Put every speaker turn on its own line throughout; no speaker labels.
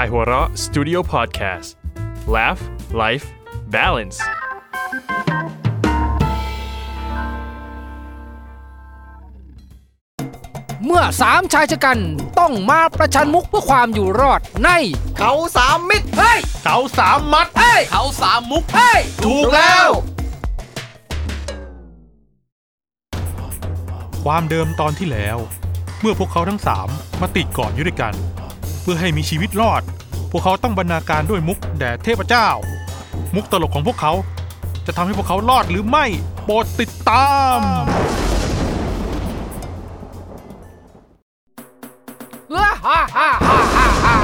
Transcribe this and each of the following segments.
ายหัวเราะ Studio Podcast Laugh Life Balance
เมื่อสามชายชะกันต้องมาประชันมุกเพื่อความอยู่รอดใน
เขาสามมิตร
เฮ้ย
เสาสามมัด
เฮ้ย
เขาสามมุก
เฮ้ย
ถูกแล้ว
ความเดิมตอนที่แล้ว เมื่อพวกเขาทั้งสามมาติดก่อนอยู่ด้วยกัน เพื่อให้มีชีวิตรอด พวกเขาต้องบรรณาการด้วยมุกแด่เทพเจ้า มุกตลกของพวกเขา จะทำให้พวกเขารอดหรือไม่โปรดติดตาม
ฮ่าฮ่าฮ่าฮ่าฮ่าฮ่า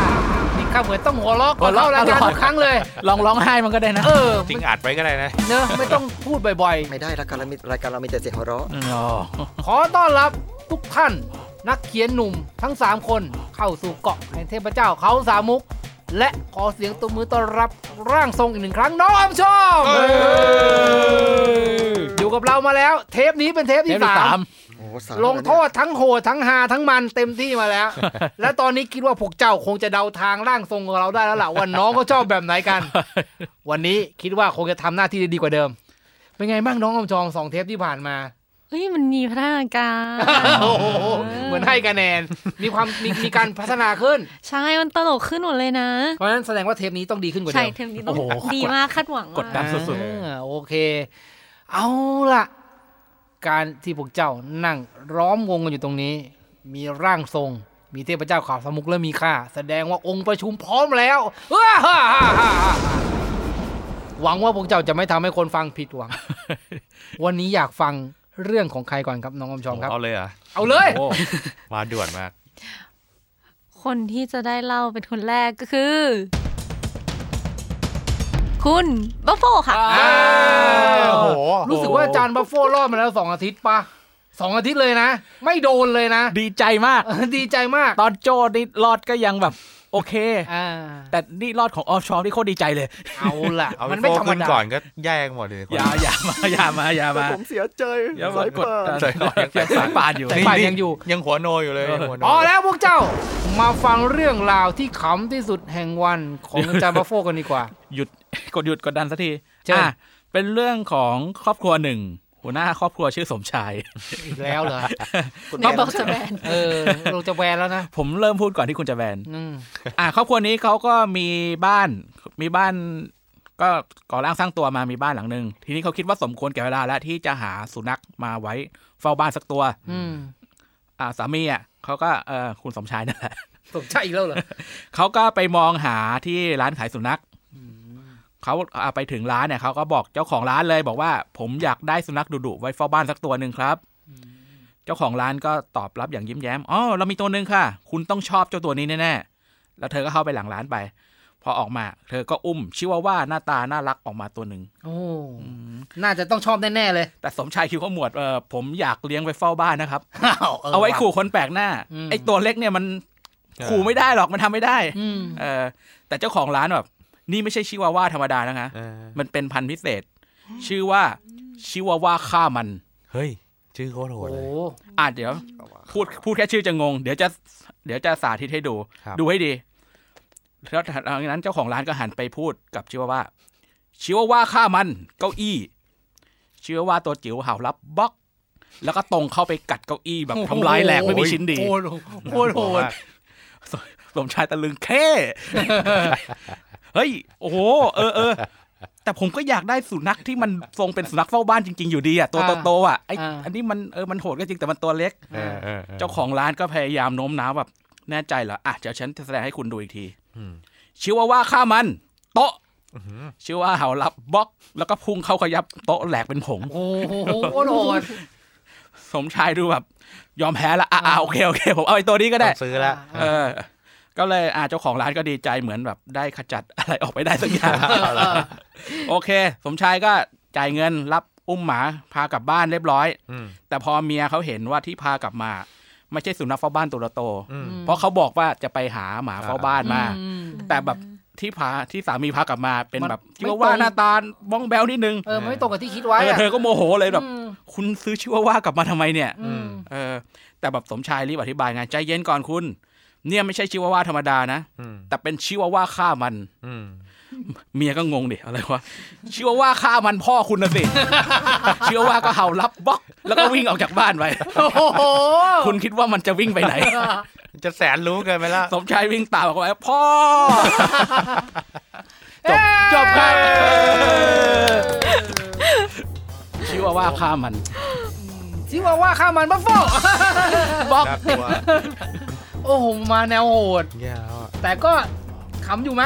นี่ข้าเหมือนต้องหัวล้อก่อนเล่ารายการทุกครั้งเลย
ลองร้องไห้มันก็ได้นะ
เออ
จริงอัดไว้ก็ได้นะ
เนอะไม่ต้องพูดบ่อย
ไม่ได้รายการเรามีรายการเรามีแต่เสียงหัวเราะ
อ๋อ
ๆ ขอต้อนรับทุกท่าน นักเขียนหนุ่มทั้ง 3 คนเข้าสู่เกาะแห่งเทพเจ้าเขาสามมุก และขอเสียงตบมือต้อนรับร่างทรงอีกหนึ่งครั้งน้องอมชมอยู่กับเรามาแล้ว เทปนี้เป็นเทป
เทป
ที่
ที่
สา
สาม ม
โอ้สาม
ลงโทษทั้งโหดทั้งหาทั้งมันเต็มที่มาแล้ว และตอนนี้คิดว่าพวกเจ้าคงจะเดาทางร่างทรงของเราได้แล้วล่ะว่าน้องเขาชอบแบบไหน กัน วันนี้คิดว่าคงจะทำหน้าที่ได้ดีกว่าเดิม เป็นไงบ้างน้องอมจอมสองเทปที่ผ่านมา
เฮ้ยมันมีพัฒนาการ
โอ้โหเหมือนให้คะแนน มีความมีมีการพัฒนาขึ้น
ใช่มันตลกขึ้นหมดเลยนะ
เพราะฉะนั้นแสดงว่าเทปนี้ต้องดีขึ้นกว่า
ใช่
เดิม
เทมนี้ต้องดีมากคาดหวังมาก
ดดันสุด
อ่าโอเค เอาล่ะ การที่พวกเจ้านั่งร้อมวงกันอยู่ตรงนี้ มีร่างทรง มีเทพเจ้าข่าวสมุกและมีข้าแสดงว่าองค์ประชุมพร้อมแล้ว ว้าฮ่าฮ่าฮ่าฮ่าหวังว่าพวกเจ้าจะไม่ทำให้คนฟังผิดหวัง วันนี้อยากฟังเรื่องของใครก่อนครับน้องอมชอมครับ
เอาเลยเหรอ่ะ
เอาเลย
มาด่วนมาก
คนที่จะได้เล่าเป็นคนแรกก็คือ คุณบัฟโฟค่ะ
อ่า
โอ้โห
รู้สึกว่าอาจารย์บัฟโฟรอดมาแล้วสองอาทิตย์ปะสองอาทิตย์เลยนะ ไม่โดนเลยนะ
ๆ ดีใจมาก
เออดีใจมาก
ตอนโจนี่รอดก็ยังแบบ โอเค
อ่า
แต่นี่รอดของออชอมนี่โคตรดีใจเลย
เอาล่ะ
เอา
มั
เป็น น
ไม่ธ
โฟ
รรม
ขึ้น
ดา
ก่อนก็แย่งหมดเลยคน
อย่าอย่ามาอย่ามาอย่ามา
ผมเสียใจ
อย่า
ส
มาย กด
ป่า
ดันสายปานอยู่
แต่ฝ่ายยังอยู่
ยังหัวโนอยู่เลยยังหัวโน
อ๋อแล้วพวกเจ้า มาฟังเรื่องราวที่ขำที่สุดแห่งวันของอาจารย์บัฟโฟกันดีกว่า
หยุด กดหยุดกดดันสักที
เชิญ
อ่ะเป็นเรื่องของครอบครัวหนึ่ง หัวหน้าครอบครัวชื่อสมชาย
อีกแล้วเหรอ
นี่บอกจะแบน
เออลงจะแวนแล้วนะ
ผมเริ่มพูดก่อนที่คุณจะแบน
อืม
อ่ะครอบครัวนี้เขาก็มีบ้านมีบ้าน ก็ก่อร่างสร้างตัวมามีบ้านหลังหนึ่งทีนี้เขาคิดว่าสมควรแก่เวลาแล้วที่จะหาสุนัขมาไว้เฝ้าบ้านสักตัว
อืม
อ่าสามีอ่ะเขาก็เออคุณสมชายนั่นแหละ
สมใจอีกแล้วเหรอ
เขาก็ไปมองหาที่ร้านขายสุนัขเขาอ่าไปถึงร้านเนี่ยเขาก็บอกเจ้าของร้านเลย บอกว่า ผมอยากได้สุนัขดุๆไว้เฝ้าบ้านสักตัวหนึ่งครับ เจ้าของร้านก็ตอบรับอย่างยิ้มแย้มอ๋อเรามีตัวหนึ่งค่ะ คุณต้องชอบเจ้าตัวนี้แน่ๆแล้วเธอก็เข้าไปหลังร้านไป พอออกมา เธอก็อุ้มชิวาว่าหน้าตาน่ารักออกมาตัวหนึ่ง
โอ้น่าจะต้องชอบแน่ๆเลย
แต่สมชายคิวเขาหมวดเออผมอยากเลี้ยงไว้เฝ้าบ้านนะครับ
เอา
เอาไว้ขู่คนแปลกหน้าไอ้ตัวเล็กเนี่ยมันขู่ไม่ได้หรอกมันทำไม่ได้
อืม
เออแต่เจ้าของร้านแบบนี่ไม่ใช่ชิวาว่าธรรมดานะคะ
เออ
มันเป็นพันธุ์พิเศษ ชื่อว่าชิวาว่าฆ่ามัน
เฮ้ย ชื่อโคตรโห
โอ้
ดเลย
อ่ะเดี๋ยวพูดพูดแค่ชื่อจะงง เดี๋ยวจะเดี๋ยวจะสาธิตให้ดู
ครับ
ดูให้ดีแล้วหลังจากนั้นเจ้าของร้านก็หันไปพูดกับชิวาว่าชิวาว่าฆ่ามัน เก้าอี้ชิวาว่าตัวจิ๋วเห่ารับบล็อก แล้วก็ตรงเข้าไปกัดเก้าอี้แบบทำลายแหลกไม่มีชิ้นดี
โอ้โหโคตรโหด
สมชายตะลึง แค่ เฮ้ย โอ้โห เออเออ แต่ผมก็อยากได้สุนัขที่มันทรงเป็นสุนัขเฝ้าบ้านจริง ๆ อยู่ดีอ่ะ ตัวโตๆอ่ะ ไออันนี้มันเออ มันโหดก็จริงแต่มันตัวเล็ก
เออเออเออ
เจ้าของร้านก็พยายามโน้มน้าวแบบ แน่ใจเหรอ อ่ะ เดี๋ยวฉันจะแสดงให้คุณดูอีกทีชื่อว่าว่าฆ่ามัน โต๊ะชื่อว่าเห่ารับบล็อก แล้วก็พุ่งเข้าขยับโต๊ะแหลกเป็นผง
โอ้โหโคตรโหด
สมชายดูแบบ ยอมแพ้ละ อ่ะอ่ะโอเคโอเค ผมเอาไอ้ตัวนี้ก็
ต้
ได้
องซื้อละ
เออ ก็เลยอ่าเจ้าของร้านก็ดีใจเหมือนแบบได้ขจัด อะไรออกไปได้สักอย่าง โอเค สมชายก็จ่ายเงินรับอุ้มหมาพากลับบ้านเรียบร้อย
อืม
แต่พอเมียเขาเห็นว่าที่พากลับมา ไม่ใช่สุนัขเฝ้าบ้านตัวโต
อืม
เพราะเขาบอกว่าจะไปหาหมาเฝ้าบ้านมา
อืม
แต่แบบที่พาที่สามีพากลับมาเป็นแบบ
มัน
ชิวา
ไม่
ว่า
ตรง
หน้าตาบ้องแบวนิดนึง
เออมันไม่ตรงกับที่คิดไว้
เออ
อะ
เธอก็โมโหเลยแบบ
อืม
คุณซื้อชิวาว่ากลับมาทำไมเนี่ย
อืม
เออแต่แบบสมชายรีบอธิบายไงใจเย็นก่อนคุณ เนี่ยไม่ใช่ชิวาว่าธรรมดานะ
อืม
แต่เป็นชิวาว่าฆ่ามัน
อืม
เมียก็งงดิอะไรวะชิวาว่าฆ่ามันพ่อคุณ นะสิ ชิวาว่าก็เห่ารับบล็อก แล้วก็วิ่งออกจากบ้านไป
โอ้โห
คุณคิดว่ามันจะวิ่งไป ไหน
จะแสนรู้เกินไปละ
สมชายวิ่งตามออกไป พ่อ
จบ
จบครับ ชิวาว่าฆ่ามัน
ชิวาว่าข้ามันบัฟเฟ่
บล็อก
น่ากลัว
โอ้โหมาแนวโหด
แย่แล้วอะ
แต่ก็ขำอยู่ไหม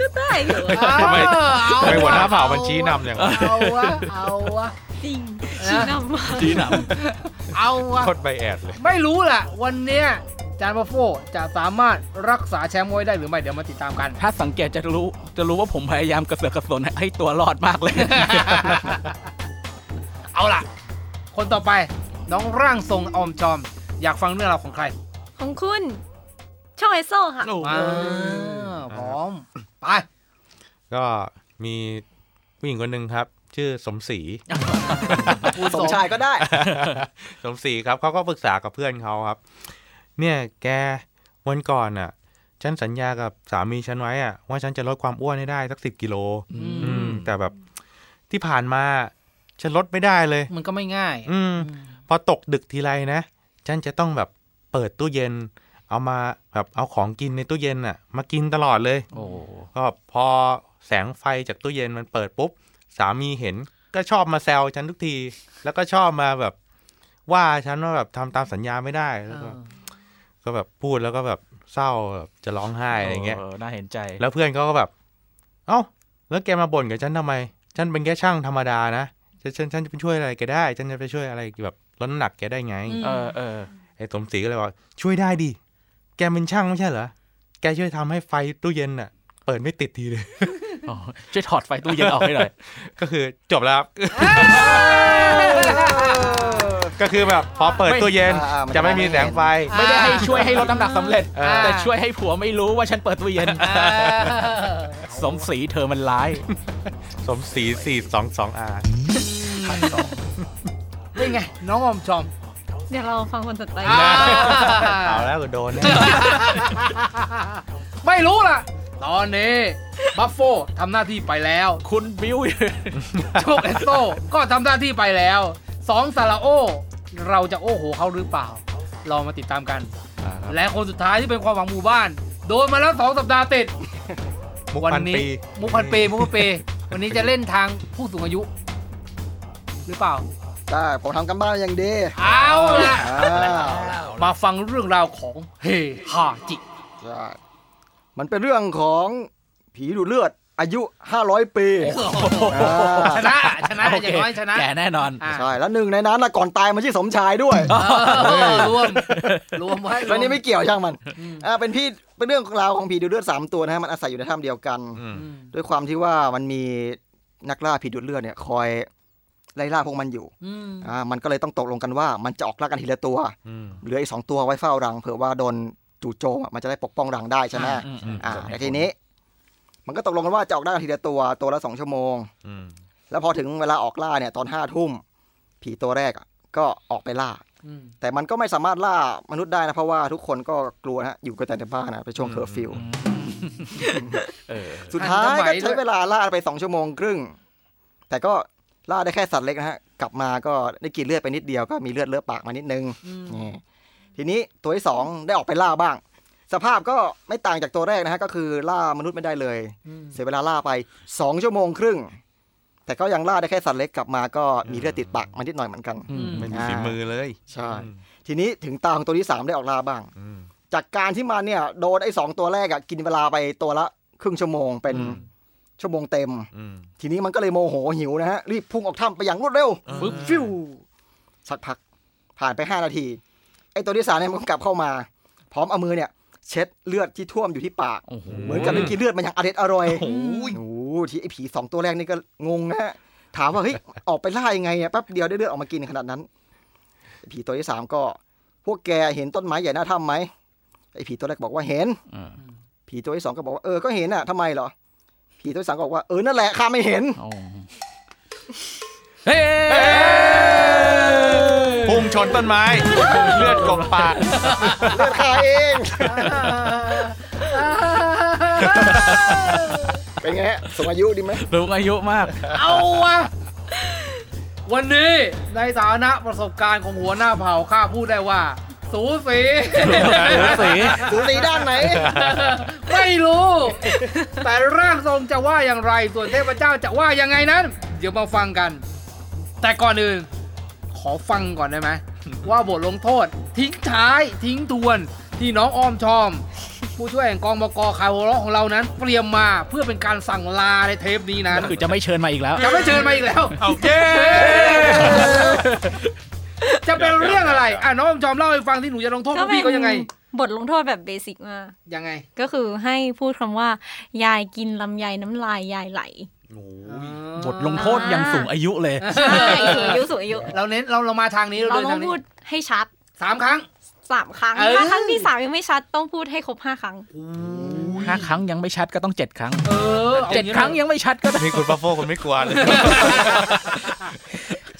ก็ได้อยู่อะ
เอา
ทำไม
เอา
ทำไมหัวหน้าเผ่ามันชี้นำอย่างนั้น
เอาวะเอาวะ
จริงชี้นำมา
ชี้หน
เอาวะ
โคตรใบแอดเลย
ไม่รู้แหละวันเนี้ยจานบัฟโฟจะสามารถรักษาแชมป์ไว้ได้หรือไม่เดี๋ยวมาติดตามกัน
ำถ้าสังเกตจะรู้จะรู้ว่าผมพยายามกระเสือกกระสนให้ตัวรอดมากเลย
เอาล่ะ คนต่อไปน้องร่างทรงออมจอม อยากฟังเรื่องราวของใคร
ของคุณ ช่องไอโซ่ค่ะ
ว้าวพร้อม ไป
ก็มีผู้หญิงคนหนึ่งครับ ชื่อสมศรี
กู
สมชายก็ได้
สมศรีครับเขาก็ปรึกษากับเพื่อนเขาครับ เนี่ยแกวันก่อนอ่ะ ฉันสัญญากับสามีฉันไว้อ่ะว่าฉันจะลดความอ้วนให้ได้สักสิบกิโล อืม แต่แบบที่ผ่านมา ฉันลดไม่ได้เลย
มันก็ไม่ง่าย
อืม พอตกดึกทีไรนะ ฉันจะต้องแบบเปิดตู้เย็น เอามาแบบเอาของกินในตู้เย็นอ่ะ มากินตลอดเลย
โอ้โห
ก็พอแสงไฟจากตู้เย็นมันเปิดปุ๊บ สามีเห็น ก็ชอบมาแซวฉันทุกที แล้วก็ชอบมาแบบ ว่าฉันว่าแบบทำตามสัญญาไม่ได้แล้วก็ก็แบบพูดแล้วก็แบบเศร้าแบบจะร้องไห้อะไรเงี้ย
อน่าเห็นใจ
แล้วเพื่อนเขาก็แบบ เอ้า แล้วแกมาบ่นกับฉันทำไม ฉันเป็นแค่ช่างธรรมดานะ ฉันฉันฉันจะไปช่วยอะไรแกได้ ฉันจะไปช่วยอะไรแบบลดน้ำหนักแกได้ไง
อืม
เออเออ
ไอ้สมศรีก็เลยว่าช่วยได้ดิ แกเป็นช่างไม่ใช่เหรอ แกช่วยทำให้ไฟตู้เย็นน่ะ เปิดไม่ติดทีเลย
อ๋อช่วยถอดไฟตู้เย็นออกให้หน่อย
ก็คือจบแล้วครับ ก็คือแบบพอเปิด
ไม่
ตู้เย็น
อ่าอ่ามัน
จะไม่มีแสงไฟ
อ่า
ไม่ได้ให้ช่วยให้ลดน้ำหนักสำเร็จ
เออ
แต่ช่วยให้ผัวไม่รู้ว่าฉันเปิดตู้เย็น
เออ
สมศรีเธอมันร้าย
สมศรีสี่สองสองอา
เป็นไง น้องออมจอม
เดี๋ยวเราฟังคนต่อไป
เอาแล้วก็โดนแน่
ไม่รู้ล่ะ ตอนนี้บัฟโฟทำหน้าที่ไปแล้ว
คุณบิว
โชคเอสโต้ก็ทำหน้าที่ไปแล้วสองซาลาโอ เราจะโอ้โหเขาหรือเปล่า เรามาติดตามกัน
อ่าครับ
และคนสุดท้ายที่เป็นความหวังหมู่บ้าน โดนมาแล้วสองสัปดาห์ติด
มุก
วั
พัน
นี้
ปี
มุกพันเปมุกพันเป วันนี้จะเล่นทางผู้สูงอายุ หรือเปล่า
ได้ผมทำกันบ้านอย่างดี
เอาละ
อ่า
มาฟังเรื่องราวของเฮฮาจิ
ใช่มันเป็นเรื่องของผีดูดเลือดอายุ 500 ปีอ่า
ชนะ ชนะอย่างน้อยชนะ
แก่แน่นอน
อ่ะ
ใช่ แล้วหนึ่งในนั้นนะก่อนตายมันชื่อสมชายด้วย
เออรวม รวมไว้ร
แล้ว ว
ม
นี่ไม่เกี่ยวช่างมัน
อืม
อ่าเป็นพี่เป็นเรื่องราวของผีดูดเลือดสามตัวนะฮะมันอาศัยอยู่ในถ้ำเดียวกัน
อืม
อืม
ด้วยความที่ว่ามันมีนักล่าผีดูดเลือดเนี่ย คอยไล่ล่าพวกมันอยู่
อืม
อ่า มันก็เลยต้องตกลงกันว่ามันจะออกล่ากันทีละตัว
อืม
เหลืออีกสองตัวไว้เฝ้ารังเผื่อว่าโดนจู่โจมอ่ะมันจะได้ปกป้องรังได้ใช่ไหม
อืมอืม
อ่าแต่ทีนี้ มันก็ตกลงกันว่าจะออกล่ากันทีละตัวตัวละสองชั่วโมง
อืม
แล้วพอถึงเวลาออกล่าเนี่ยตอนห้าทุ่มผีตัวแรกอ่ะก็ออกไปล่า
อืม
แต่มันก็ไม่สามารถล่ามนุษย์ได้นะเพราะว่าทุกคนก็กลัวนะอยู่กันแต่ในบ้านนะเป็นช่วงเคอร์ฟิว
เออ
สุดท้ายก็ใช้เวลาล่าไปสองชั่วโมงครึ่ง แต่ก็ล่าได้แค่สัตว์เล็กนะฮะ กลับมาก็ได้กินเลือดไปนิดเดียวก็มีเลือดเลอะปากมานิดนึงนี่ทีนี้ตัวที่สองได้ออกไปล่าบ้าง สภาพก็ไม่ต่างจากตัวแรกนะฮะ ก็คือล่ามนุษย์ไม่ได้เลย
อืม
เสียเวลาล่าไปสองชั่วโมงครึ่ง แต่ก็ยังล่าได้แค่สัตว์เล็กกลับมาก็มีเลือดติดปากมานิดหน่อยเหมือนกัน
อืม
ไม่มีฝีมือเลย
ใช่ ทีนี้ถึงตาของตัวที่สามได้ออกล่าบ้าง
อืม
จากการที่มันเนี่ยโดนไอ้สองตัวแรกอะกินเวลาไปตัวละครึ่งชั่วโมงเป็น
อืม
ชั่วโมงเต็ม
อืม
ทีนี้มันก็เลยโมโหหิวนะฮะ รีบพุ่งออกถ้ำไปอย่างรวดเร็ว
ปึ๊บ
ฟิวสักพัก ผ่านไป 5 นาที ไอ้ตัวที่สามเนี่ยมันกลับเข้ามา พร้อมเอามือเนี่ย เช็ดเลือดที่ท่วมอยู่ที่ปาก
โอ้โห
เหมือนกับได้กินเลือดมันอย่างอร็ดอร่อย
โอ้ย
โอ้โหที่ไอ้ผีสองตัวแรกนี่ก็งงนะฮะ ถามว่าเฮ้ยออกไปล่ายังไงอะแป๊บเดียวได้เลือดออกมากินขนาดนั้นไอ้ผีตัวที่สามก็ พวกแกเห็นต้นไม้ใหญ่หน้าถ้ำไหมไอ้ผีตัวแรกบอกว่าเห็น
อืม
ผีตัวที่สองก็บอกว่าเออก็เห็นอะทำไมเหรอผีตัวที่สามก็บอกว่าเออนั่นแหละข้าไม่เห็น
เฮ้ย
พุ่ง ชนต้นไม้ เลือดกบปาก
เลือดข้าเอง เป็นไงฮะสูงอายุดีไหม
รู้อายุมาก
เอาวะวันนี้ในฐานะประสบการณ์ของหัวหน้าเผ่าข้าพูดได้ว่า สูสี
สูงสีด้านไหน
ไม่รู้ แต่ร่างทรงจะว่าอย่างไร ส่วนเทพเจ้าจะว่ายังไงนั้น เดี๋ยวมาฟังกัน แต่ก่อนอื่น ขอฟังก่อนได้ไหม ว่าบทลงโทษ ทิ้งท้ายทิ้งทวน ที่น้องอ้อมชอม ผู้ช่วยแห่งกองบกขายหัวเราะของเรานั้น เตรียมมาเพื่อเป็นการสั่งลาในเทปนี้นั้น
คือจะไม่เชิญมาอีกแล้ว
จะไม่เชิญมาอีกแล้ว
เอาเย้
จะเป็นเรื่องอะไร อ่ะน้องอ้อมชอมเล่าให้ฟังที่หนูจะลงโทษพวกพี่ก็ยังไง
บทลงโทษแบบเบสิกมาก
ยังไง
ก็คือให้พูดคำว่า ยายกินลำไยน้ำลายยายไหล
บทลงโทษยังสูงอายุเลย
ใช่สูงอายุสูงอายุ
เราเน้นเราเรามาทางนี้เรา
เรา
เดิน
ต้อ
ทาง งนี้
พูดให้ชัด
สามครั้ง
สามครั้ง
เออ
ถ้าครั้งที่สามยังไม่ชัดต้องพูดให้ครบห้าครั้ง
ห้าครั้งยังไม่ชัดก็ต้องเจ็ดครั้ง
เอออา
เจ็ด
อา
ครั้งยังไม่ชัดก็
นี่คุณป้าโฟคุณไม่กลัวเลย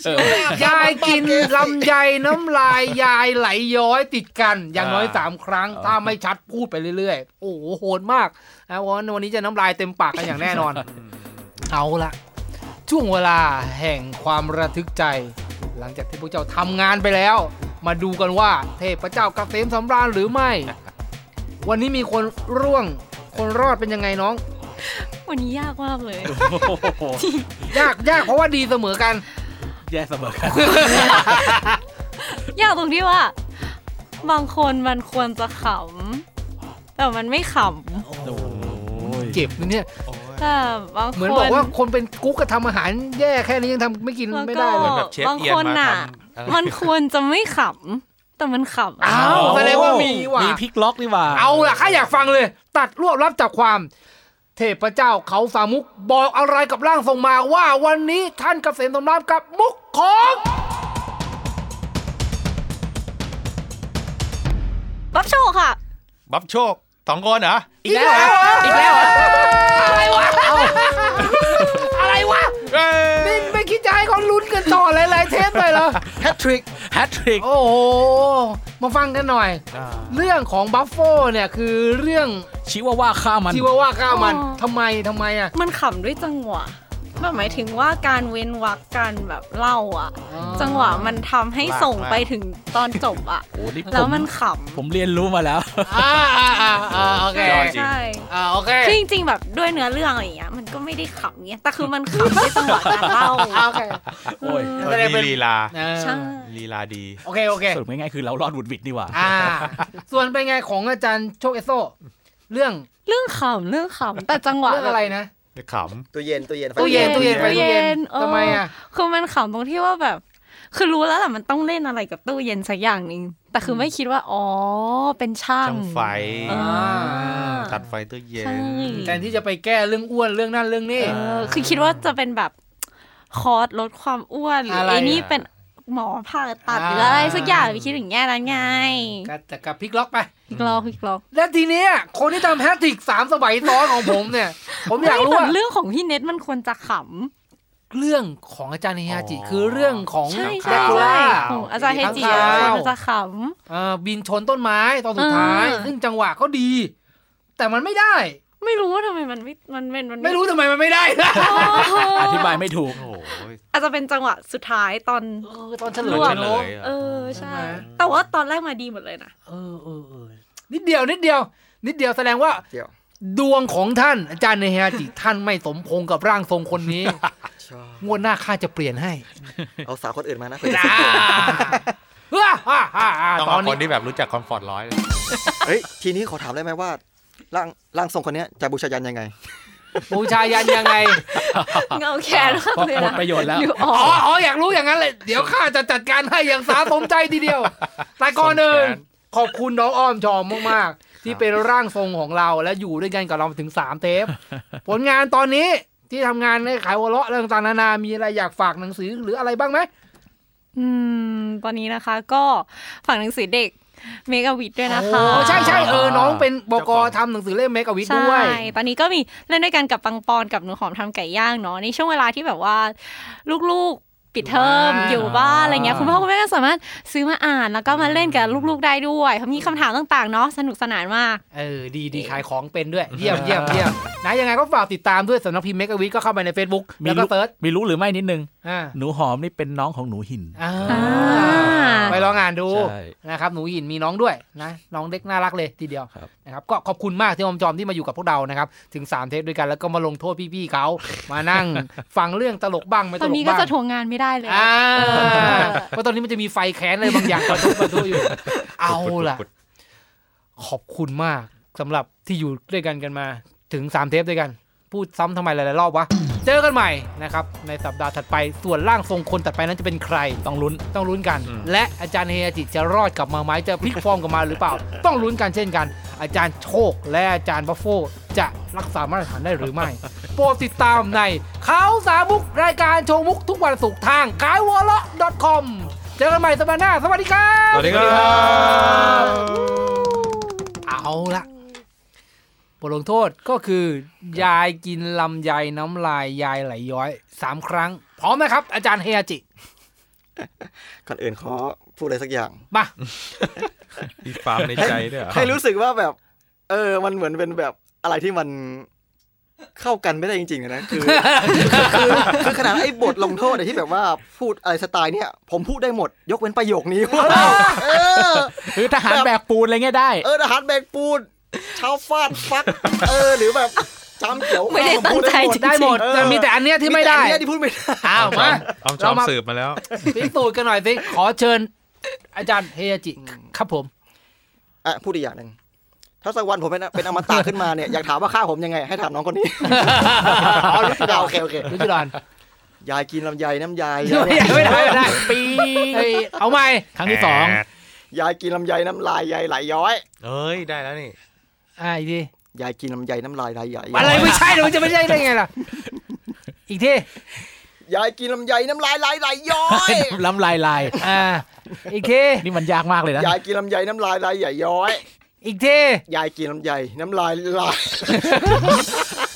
เออย
ายกินลำไยน้ำลายยายไหลย้อยติดกัน อย่างน้อย
อ่า
สามครั้ง ถ้าไม่ชัดพูดไปเรื่อยๆ โอ้โหโหดมากนะวันวันนี้จะน้ำลายเต็มปากกันอย่างแน่นอน เอาละช่วงเวลาแห่งความระทึกใจ หลังจากที่พวกเจ้าทำงานไปแล้ว มาดูกันว่าเทพเจ้ากเกษมสำราญหรือไม่ วันนี้มีคนร่วงคนรอดเป็นยังไงน้อง
วันนี้ยากมาก เลย
ยากยากเพราะว่าดีเสมอกัน
แย่เสมอกัน
ยากตรงที่ว่า บางคนมันควรจะขำแต่มันไม่ข
เจ็บนะเนี่ย
ำแต่บางคน
เหมือนบอกว่าคนเป็นกุ๊กก็ทำอาหารแย่แค่นี้ยังทำไม่กิน
แล้วก็
ไม่ได้เลย
แบบเชฟ
บาง
เอียน
คน
มา
น่ะ
ทำอะไร
มันควรจะไม่ขำแต่มันข
อ้าวแสดงว่ามีว่ะ
มีพลิกล็อกดีหว่า
เอาล่ะข้าอยากฟังเลย ตัดรวบรับจากความ เทพเจ้าเขาสามุกบอกอะไรกับร่างทรงมาว่าวันนี้ท่านเกษมสมรับกับมุกของ
ำรับโชคค่ะ
บับโชคสองคนเหรอ
อีกแล้วเหรออีกแล้วเหรออะไรวะอะไรวะนี่ไม่คิดจะให้เขาลุ้นกันต่อหลายๆเทปเลยเหรอ
แฮตทริก
แฮตทริก
โอ้โหมาฟังกันหน่อย เรื่องของบัฟโฟเนี่ยคือเรื่อง
ชิว่าว่าฆ่ามัน
ที่ว่าว่าก้าวมัน
อ๋อ
ทำไมทำไมอ่ะ
มันขำด้วยจังหวะแบบหมายถึงว่าการเว้นวรรคการแบบเล่าอะจังหวะมันทำให้
ลาก
ส่งไปถึงตอนจบอะ
โอ้นี่
แล้ว
ผม
มันข
ผมเรียนรู้มาแล้ว
อ่าอ่าอ่าอ่าโอเค
ยอด
ำ
จริง
ใช่
อ่าโอเค
คือจริงๆแบบด้วยเนื้อเรื่องอะไรอย่างเงี้ยมันก็ไม่ได้ขำเงี้ยแต่คือมันขำด้วยจังหวะการเล่า
อ่าโอเค
โอ้ย
เออมีลีลา
เออ
ใช่
ลีลาดี
โอเคโอเค
สรุปง่ายๆคือเรารอดหวุดหวิดดีหว่า
อ่า ส่วนเป็นไงของอาจารย์โชคเอสโซเรื่อง
เรื่องขำเรื่องขำแต่จังหวะ
เรื่องอะไรนะ
ข
ตัวเย็นตัวเย็นไฟ
ตู้เย็นตู้เย็นไปตู้เย็น
เออ
ทำไมอ่ะ
คือมันขำตรงที่ว่าแบบ คือรู้แล้วแหละมันต้องเล่นอะไรกับตู้เย็นสักอย่างหนึ่งแต่คือไม่คิดว่าอ๋อเป็นช่า
ำ
ง
จังไฟ
อ่า
ตัดไฟตู้เย็น
ใช่
แทนที่จะไปแก้เรื่องอ้วนเรื่องนั่นเรื่องนี้
เออคือคิดว่าจะเป็นแบบคอร์สลดความอ้วน หรือ
อะไร
ไอ้นี่
อ่ะ
เป็นหมอผ่าตัด
อ่า
หรืออะไรสักอย่างไปคิดถึงแง่นั้นไง
ก็แต่กับพลิกล็อกไป
พลิกล็อกพลิกล็อก
และทีเนี้ยคนที่ทำแฮตติกสามสมัยซ้อนของผมเนี่ย ผมอยากรู้
เฮ้แต่
ว่า
เรื่องของพี่เน็ตมันควรจะขำ
เรื่องของอาจารย์เฮฮาจิคือเรื่องของ
ใช่
แด
ใช่
กคู
ใช่
ล่า
ของอาจารย์เฮจิ
ข้างๆ
ควรจะข
เอ่อบินชนต้นไม้ตอนสุดท้าย
เออ
ซึ่งจังหวะก็ดี แต่มันไม่ได้
ำไม่รู้ว่าทำไมมันไม่มันเป็นมัน
ไม่รู้ทำไมมันไม่ได้
โอ้โห
อธิบายไม่ถูก
โอ้โห
อาจจะเป็นจังหวะสุดท้ายตอน
เออตอนเฉล
ร
ยว
บ
เฉล
เลย ย
เอ
อ่ะ
อใช่ แต่ว่าตอนแรกมาดีหมดเลยนะ
เออเออเออนิดเดียวนิดเดียว นิดเดียวแสดงว่า
เดี๋ยว
ดวงของท่าน อาจารย์เนฮาจิ ท่านไม่สมพงกับร่างทรงคนนี้
ชอบ
งวดหน้าข้าจะเปลี่ยนให้
เอาสาวคนอื่นมานะ
จ้าฮ่าฮ่าฮ่าฮ่า
ต้อง
ตอ
เอา
น
คน
นี้
ที่แบบรู้จักคอมฟอร์ตร้อยเลย
เฮ้ยทีนี้ขอถามได้ไหมว่าร่างร่างทรงคนเนี้ยจะบูชายันยังไง
บูชายันยังไง
เงาแคนมากเลย
หมด
นะ
ประโยชน์แล้ว
ดูอ
อ๋
อ
อก อ๋ออยากรู้อย่างนั้นเลยเดี๋ยวข้าจะจัดการให้อย่างสาสมใจทีเดียว แต่ก่อนอื่นขอบคุณน้องอ้อมชอมมาก ๆ ที่เป็นร่างทรงของเราและอยู่ด้วยกันกับเรามาถึง 3 เท ป ผลงานตอนนี้ที่ทำงานในขายหัวเราะเรื่องต่างๆนานา มีอะไรอยากฝากหนังสือหรืออะไรบ้างไหม
อืม ตอนนี้นะคะก็ฝั่งหนังสือเด็กเมกาวิดด้วยนะคะ
โอ้ใช่ใช่เออ น้องเป็นบกทำหนังสือเล่มเมกะวิท
ใช่
ด้วย
ตอนนี้ก็มีเล่นด้วยกันกับปังปอนกับหนูหอมทำไก่ย่างเนาะในช่วงเวลาที่แบบว่า ลูก ปิดเทอม
อ
อยู่ ยู่
บ้า
บ้าน นอะไรเงี้ยคุณพ่อคุณแม่ก็สามารถซื้อมาอ่านแล้วก็มาเล่นกับลูกๆได้ด้วยเขามีคำถามต่างๆเนาะสนุกสนานมาก
เออดีดีขายของเป็น ด้วย เยี่ยมเยี่ยมเยี่ยมนะยังไงก็ฝากติดตามด้วยสำนักพิมพ์เมกะวิทก็เข้าไปใน Facebook
มี
แล้วก็
รูป
เติร์ช
มีรู้หรือไม่นิดนึง
อ่า
หนูหอมนี่เป็นน้องของหนูหิน
อ่า
อ่า
ไปลองอ่านดู
ใช่
นะครับหนูหินมีน้องด้วยนะน้องเด็กน่ารักเลยทีเดียว
ครับ
นะครับก็ขอบคุณมากที่อมจอมที่มาอยู่กับพวกเรานะครับถึง 3 เทปด้วยกันแล้วก็มาลงโทษพี่ ๆเขา มานั่ง ฟังเรื่องตลกบ้างไม่
ต
ต
อ
ล
น
ก
นี้ก็
บ้าง
จะทวงงานไม่ได้เลย
อ่า
เออ
เพราะตอนนี้มันจะมีไฟแค้นอะไรบางอย่างกระทุกระทุอยู่ เอาล่ะ
ปุ๊ด
ขอบคุณมากสำหรับที่อยู่ด้วยกันกันมาถึง 3 เทปด้วยกัน พูดซ้ำทำไมหลายๆรอบวะ เจอกันใหม่นะครับในสัปดาห์ถัดไปส่วนร่างทรงคนถัดไปนั้นจะเป็นใคร
ต้องลุ้น
ต้องลุ้นกัน
อืม
และอาจารย์เฮจิจะรอดกลับมาไหมจะพลิกฟอร์มกลับมาหรือเป ล่า ต้องลุ้นกันเช่นกัน อาจารย์โชค และอาจารย์บัฟโฟจะรักษามาตรฐานได้หรือไม่ โปรดติดตามในเขาสามมุกรายการโชว์มุกทุกวันศุกร์ทางกายวอลล์ .com เจอกันใหม่สัปดาห์หน้า สวัสดีครับ
สวัสดีครับ
เอาละบทลงโทษก็คือ ยายกินลำไยน้ำลายยายไหลย้อยสามครั้ง พร้อมไหมครับ อาจารย์เฮจิ
ก่อนอื่นขอพูดอะไรสักอย่าง
มา
มีฟาร์มในใจด้วยเหรอ
ให้รู้สึกว่าแบบ เออ มันเหมือนเป็นแบบอะไรที่มันเข้ากันไม่ได้จริงๆอะนะคือ คือคือขนาดไอ้บทลงโทษเนี่ยที่แบบว่าพูดอะไรสไตล์เนี่ย ผมพูดได้หมด ยกเว้นประโยคนี้ ว่าเออ
หรือทหารแบกปูนอะไรเงี้ยได้
เออทหารแบกปูนชาวฟาดฟัก เออ หรือแบบจำเขียว
ไม่ได้ตั้งใจ
พู
ได้หมด
เออ
แต่มีแต่อันเนี้ยที่ไม่ได้
แต่อันเนี้ยที่พูดไม่ได้
อ้าวมา
ออมจอ
เรา
ม
มา
สืบมาแล้ว
พิสูจน์กันหน่อยสิ ขอเชิญ อาจารย์เฮยาจิ ครับผม
อ่ะพูดอีกอย่างหนึ่งถ้าสักวันผมเป็นเป็นอมตะขึ้นมาเนี่ยอยากถามว่าฆ่าผมยังไง ให้ถามน้องคนนี้ เอาลูกดาวโอเคโอเค
รุจิรอน
ยายกินลำไยน้ำยาย
ไม่ได้ไม่ได้ไม่ได้ปีเอ้ยเอาใหม่
ครั้งที่สอง
Eh.
ยายกินลำไยน้ำลายยายไหลย้อย
เอ้ย ได้แล้วนี่
อ่าอีกที
ยายกินลำไยน้ำลายยายไหลย้อย
อะไรไม่ใช่หรือมันจะไม่ใช่ได้ไงล่ะ อีกที
ยายกินลำไยน้ำลายไหลไหลย้อย
ลำลายลาย
อ่า อีกที
นี่มันยากมากเลยนะ
ยายกินลำไยน้ำลายไหลใหญ่ย้อย
อีกที
ยายกินลำไยน้ำลายไหล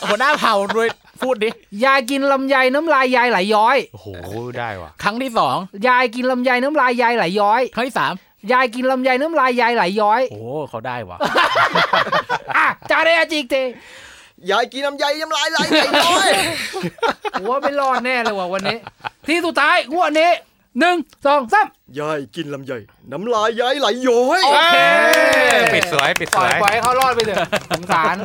หัวหน้าเผ่าด้วยพูดดิ
ยายกินลำไยน้ำลายยายไหลย้อย
โอ้โห ได้ว่ะ
ครั้งที่สอง
ยายกินลำไยน้ำลายยายไหลย้อย
ครั้งที่สาม
ยายกินลำไยน้ำลายยายไหลย้อย
โอ้เขาได้วะ
อ่ะจาเรอาจิอีกที
ยายกินลำไยน้ำลายไหลใหญ่ย้อย
หัวไม่รอดแน่เลยว่ะวันนี้ ที่สุดท้ายงวดนี้หนึ่งสองสาม
ยายกินลำไยน้ำลายยายไหลย้อย
โอเค
ปิดสวย ปิด
ป
ส
ล่อ
วย ย
ปล่อยให้เขารอดไปเถอะสงสาร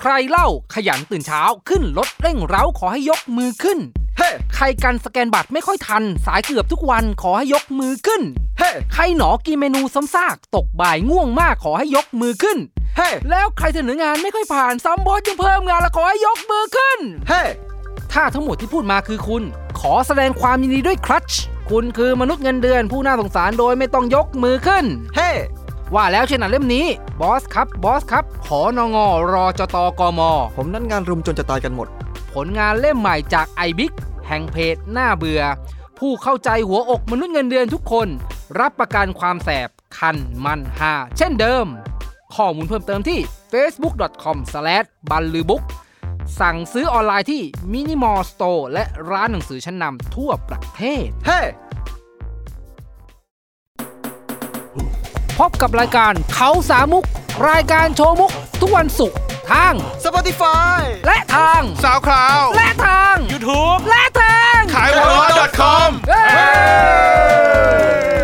ใครเล่าขยันตื่นเช้าขึ้นรถเร่งเร้าขอให้ยกมือขึ้น
เฮ้
ใครกันสแกนบัตรไม่ค่อยทัน สายเกือบทุกวันขอให้ยกมือขึ้น
เฮ้
ใครหนอกินเมนูซ้ำซากตกบ่ายง่วงมากขอให้ยกมือขึ้น
เฮ้
แล้วใครเสนองานไม่ค่อยผ่านซ้ำบอสยังเพิ่มงานและขอให้ยกมือขึ้น
เฮ้
ถ้าทั้งหมดที่พูดมาคือคุณ ขอแสดงความยินดีด้วยครัช คุณคือมนุษย์เงินเดือนผู้น่าสงสารโดยไม่ต้องยกมือขึ้น
เฮ้
ว่าแล้วเช่นหนังเล่มนี้ บอสครับ บอสครับ ขอนงอรอจตกม
ผมนั่นงานรุมจนจะตายกันหมด
ผลงานเล่มใหม่จากไอบิกแห่งเพจหน้าเบื่อ ผู้เข้าใจหัวอกมนุษย์เงินเดือนทุกคน รับประกันความแสบคันมันหาเช่นเดิม ข้อมูลเพิ่มเติมที่ facebook.com b a l l u b o o k สั่งซื้อออนไลน์ที่มินิมอลสโตร์และร้านหนังสือชั้นนำทั่วประเทศ
เฮ้
พบกับรายการเขาสามมุก รายการโชว์มุก ทุกวันศุกร์ทาง
Spotify
และทาง
สาวคราว
และทาง
YouTube
และทาง
ขายหัวเราะ .com
เย้